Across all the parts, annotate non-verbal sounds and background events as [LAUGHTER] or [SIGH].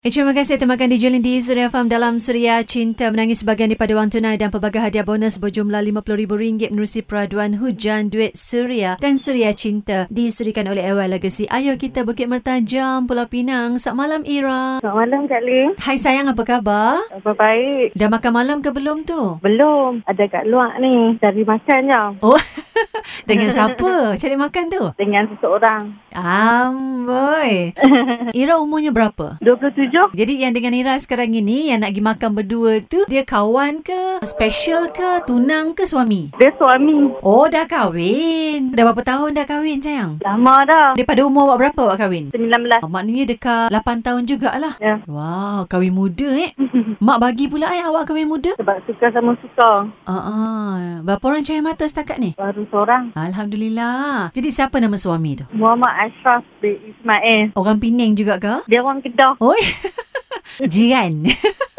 Eh, terima kasih temakan di Jolin di Suria Farm dalam Suria Cinta menangis sebagian daripada wang tunai dan pelbagai hadiah bonus berjumlah RM50,000 menerusi peraduan hujan duit Suria dan Suria Cinta disurikan oleh Airway Legacy. Ayo kita Bukit Mertajam, Pulau Pinang. Selamat malam Ira. Selamat malam Kak Ling. Hai sayang, apa khabar? Apa baik? Dah makan malam ke belum tu? Belum. Ada kat luar ni. Cari makan je. Oh, [LAUGHS] dengan siapa cari makan tu? Dengan seseorang. Amboi. Ira umurnya berapa? 27? Jadi yang dengan Ira sekarang ini yang nak pergi makan berdua tu dia kawan ke, special ke, tunang ke suami? Dia suami. Oh dah kahwin. Dah berapa tahun dah kahwin sayang? Lama dah. Daripada umur awak berapa awak kahwin? Ah, 19. Maknanya dekat 8 tahun jugalah. Ya. Wow, kahwin muda eh. Mak bagi pula eh awak kahwin muda? Sebab suka sama suka. Ah, ah. berapa orang cahaya mata setakat ni? Baru seorang. Alhamdulillah. Jadi siapa nama suami tu? Muhammad Ashraf bin Ismail. Orang Penang juga ke? Dia orang Kedah. Oi. [LAUGHS] Jiran. [LAUGHS]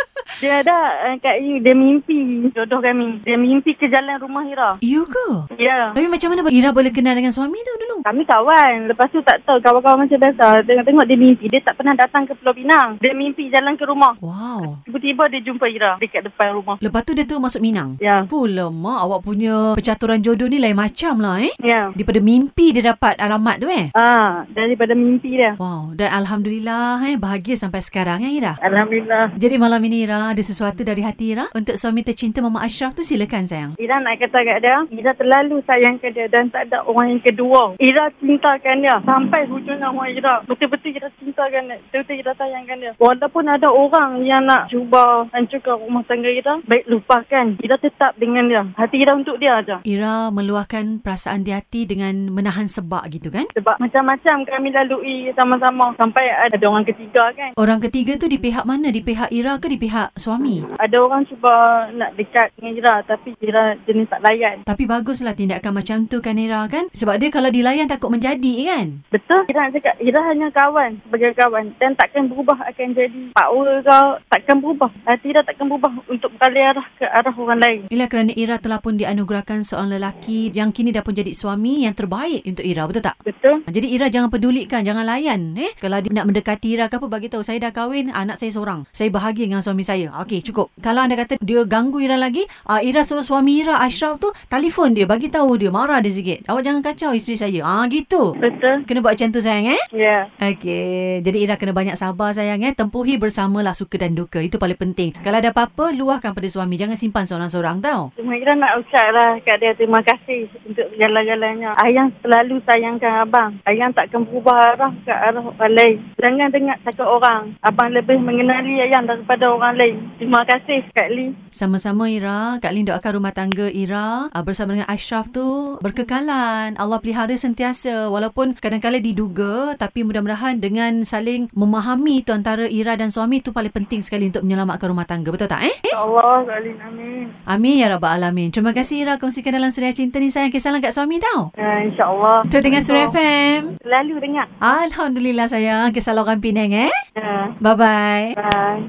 Dia ada uh, Kak Yu. Dia mimpi jodoh kami. Dia mimpi ke jalan rumah Hira. you ke? Ya. Tapi macam mana Ira boleh kenal dengan suami tu dulu? Kami kawan. Lepas tu tak tahu kawan-kawan macam biasa. Tengok-tengok dia mimpi. Dia tak pernah datang ke Pulau Pinang. Dia mimpi jalan ke rumah. Wow. Tiba-tiba dia jumpa Ira dekat depan rumah. Lepas tu dia terus masuk Minang. Ya. Pula mak awak punya percaturan jodoh ni lain macam lah eh. Ya. Daripada mimpi dia dapat alamat tu eh. Ah, daripada mimpi dia. Wow, dan Alhamdulillah eh, bahagia sampai sekarang eh Ira. Alhamdulillah. Jadi malam ini Ira, ada sesuatu dari hati Ira untuk suami tercinta Mama Ashraf tu silakan sayang. Ira nak kata kat dia, Ira terlalu sayang ke dia dan tak ada orang yang kedua. Ira cintakan dia sampai hujung nyawa Ira. Betul-betul Ira cintakan dia. Betul-betul Ira sayangkan dia. Walaupun ada orang yang nak cuba hancurkan rumah tangga Ira, baik lupakan. Ira tetap dengan dia. Hati Ira untuk dia aja. Ira meluahkan perasaan di hati dengan menahan sebab gitu kan? Sebab macam-macam kami lalui sama-sama sampai ada orang ketiga kan. Orang ketiga tu di pihak mana? Di pihak Ira ke di pihak suami? Ada orang cuba nak dekat dengan Ira tapi Ira jenis tak layan. Tapi baguslah tindakan macam tu kan Ira kan? Sebab dia kalau dilayan takut menjadi kan? Betul. Ira nak cakap, Ira hanya kawan sebagai kawan. Dan takkan berubah akan jadi power kau. Takkan berubah. Hati Ira takkan berubah untuk beralih arah ke arah orang lain. Ila kerana Ira telah pun dianugerahkan seorang lelaki yang kini dah pun jadi suami yang terbaik untuk Ira, betul tak? Betul? Jadi Ira jangan pedulikan, jangan layan eh. Kalau dia nak mendekati Ira ke apa, bagi tahu saya dah kahwin, anak saya seorang. Saya bahagia dengan suami saya. Okey, cukup. Kalau anda kata dia ganggu Ira lagi, uh, Ira suruh suami Ira Ashraf tu telefon dia, bagi tahu dia, marah dia sikit. Awak jangan kacau isteri saya. Ah gitu. Betul? Kena buat macam tu sayang eh. Ya. Okey, jadi Ira kena banyak sabar sayang eh. Tempuhi bersamalah suka dan duka. Itu paling penting. Kalau ada apa-apa, luahkan pada suami. Jangan simpan seorang-seorang tau. Cuma Ira nak ucap lah kat dia terima kasih untuk jalan-jalannya. Ayang selalu sayangkan abang. Ayang takkan berubah arah ke arah orang lain. Jangan dengar cakap orang. Abang lebih mengenali ayang daripada orang lain. Terima kasih Kak Lee. Sama-sama Ira, Kak Lin doakan rumah tangga Ira ah, bersama dengan Ashraf tu berkekalan. Allah pelihara sentiasa walaupun kadang-kadang diduga tapi mudah-mudahan dengan saling memahami tu antara Ira dan suami tu paling penting sekali untuk menyelamatkan rumah tangga. Betul tak eh? InsyaAllah Kak Lee. Amin. Amin ya rabbal alamin. Terima kasih Ira kongsikan dalam Suria Cinta ni sayang kisah lang kat suami tau. Ya, InsyaAllah. Tu dengan Suria FM. Selalu dengar. Alhamdulillah sayang kisah orang Penang eh. Ya. Bye-bye. Bye.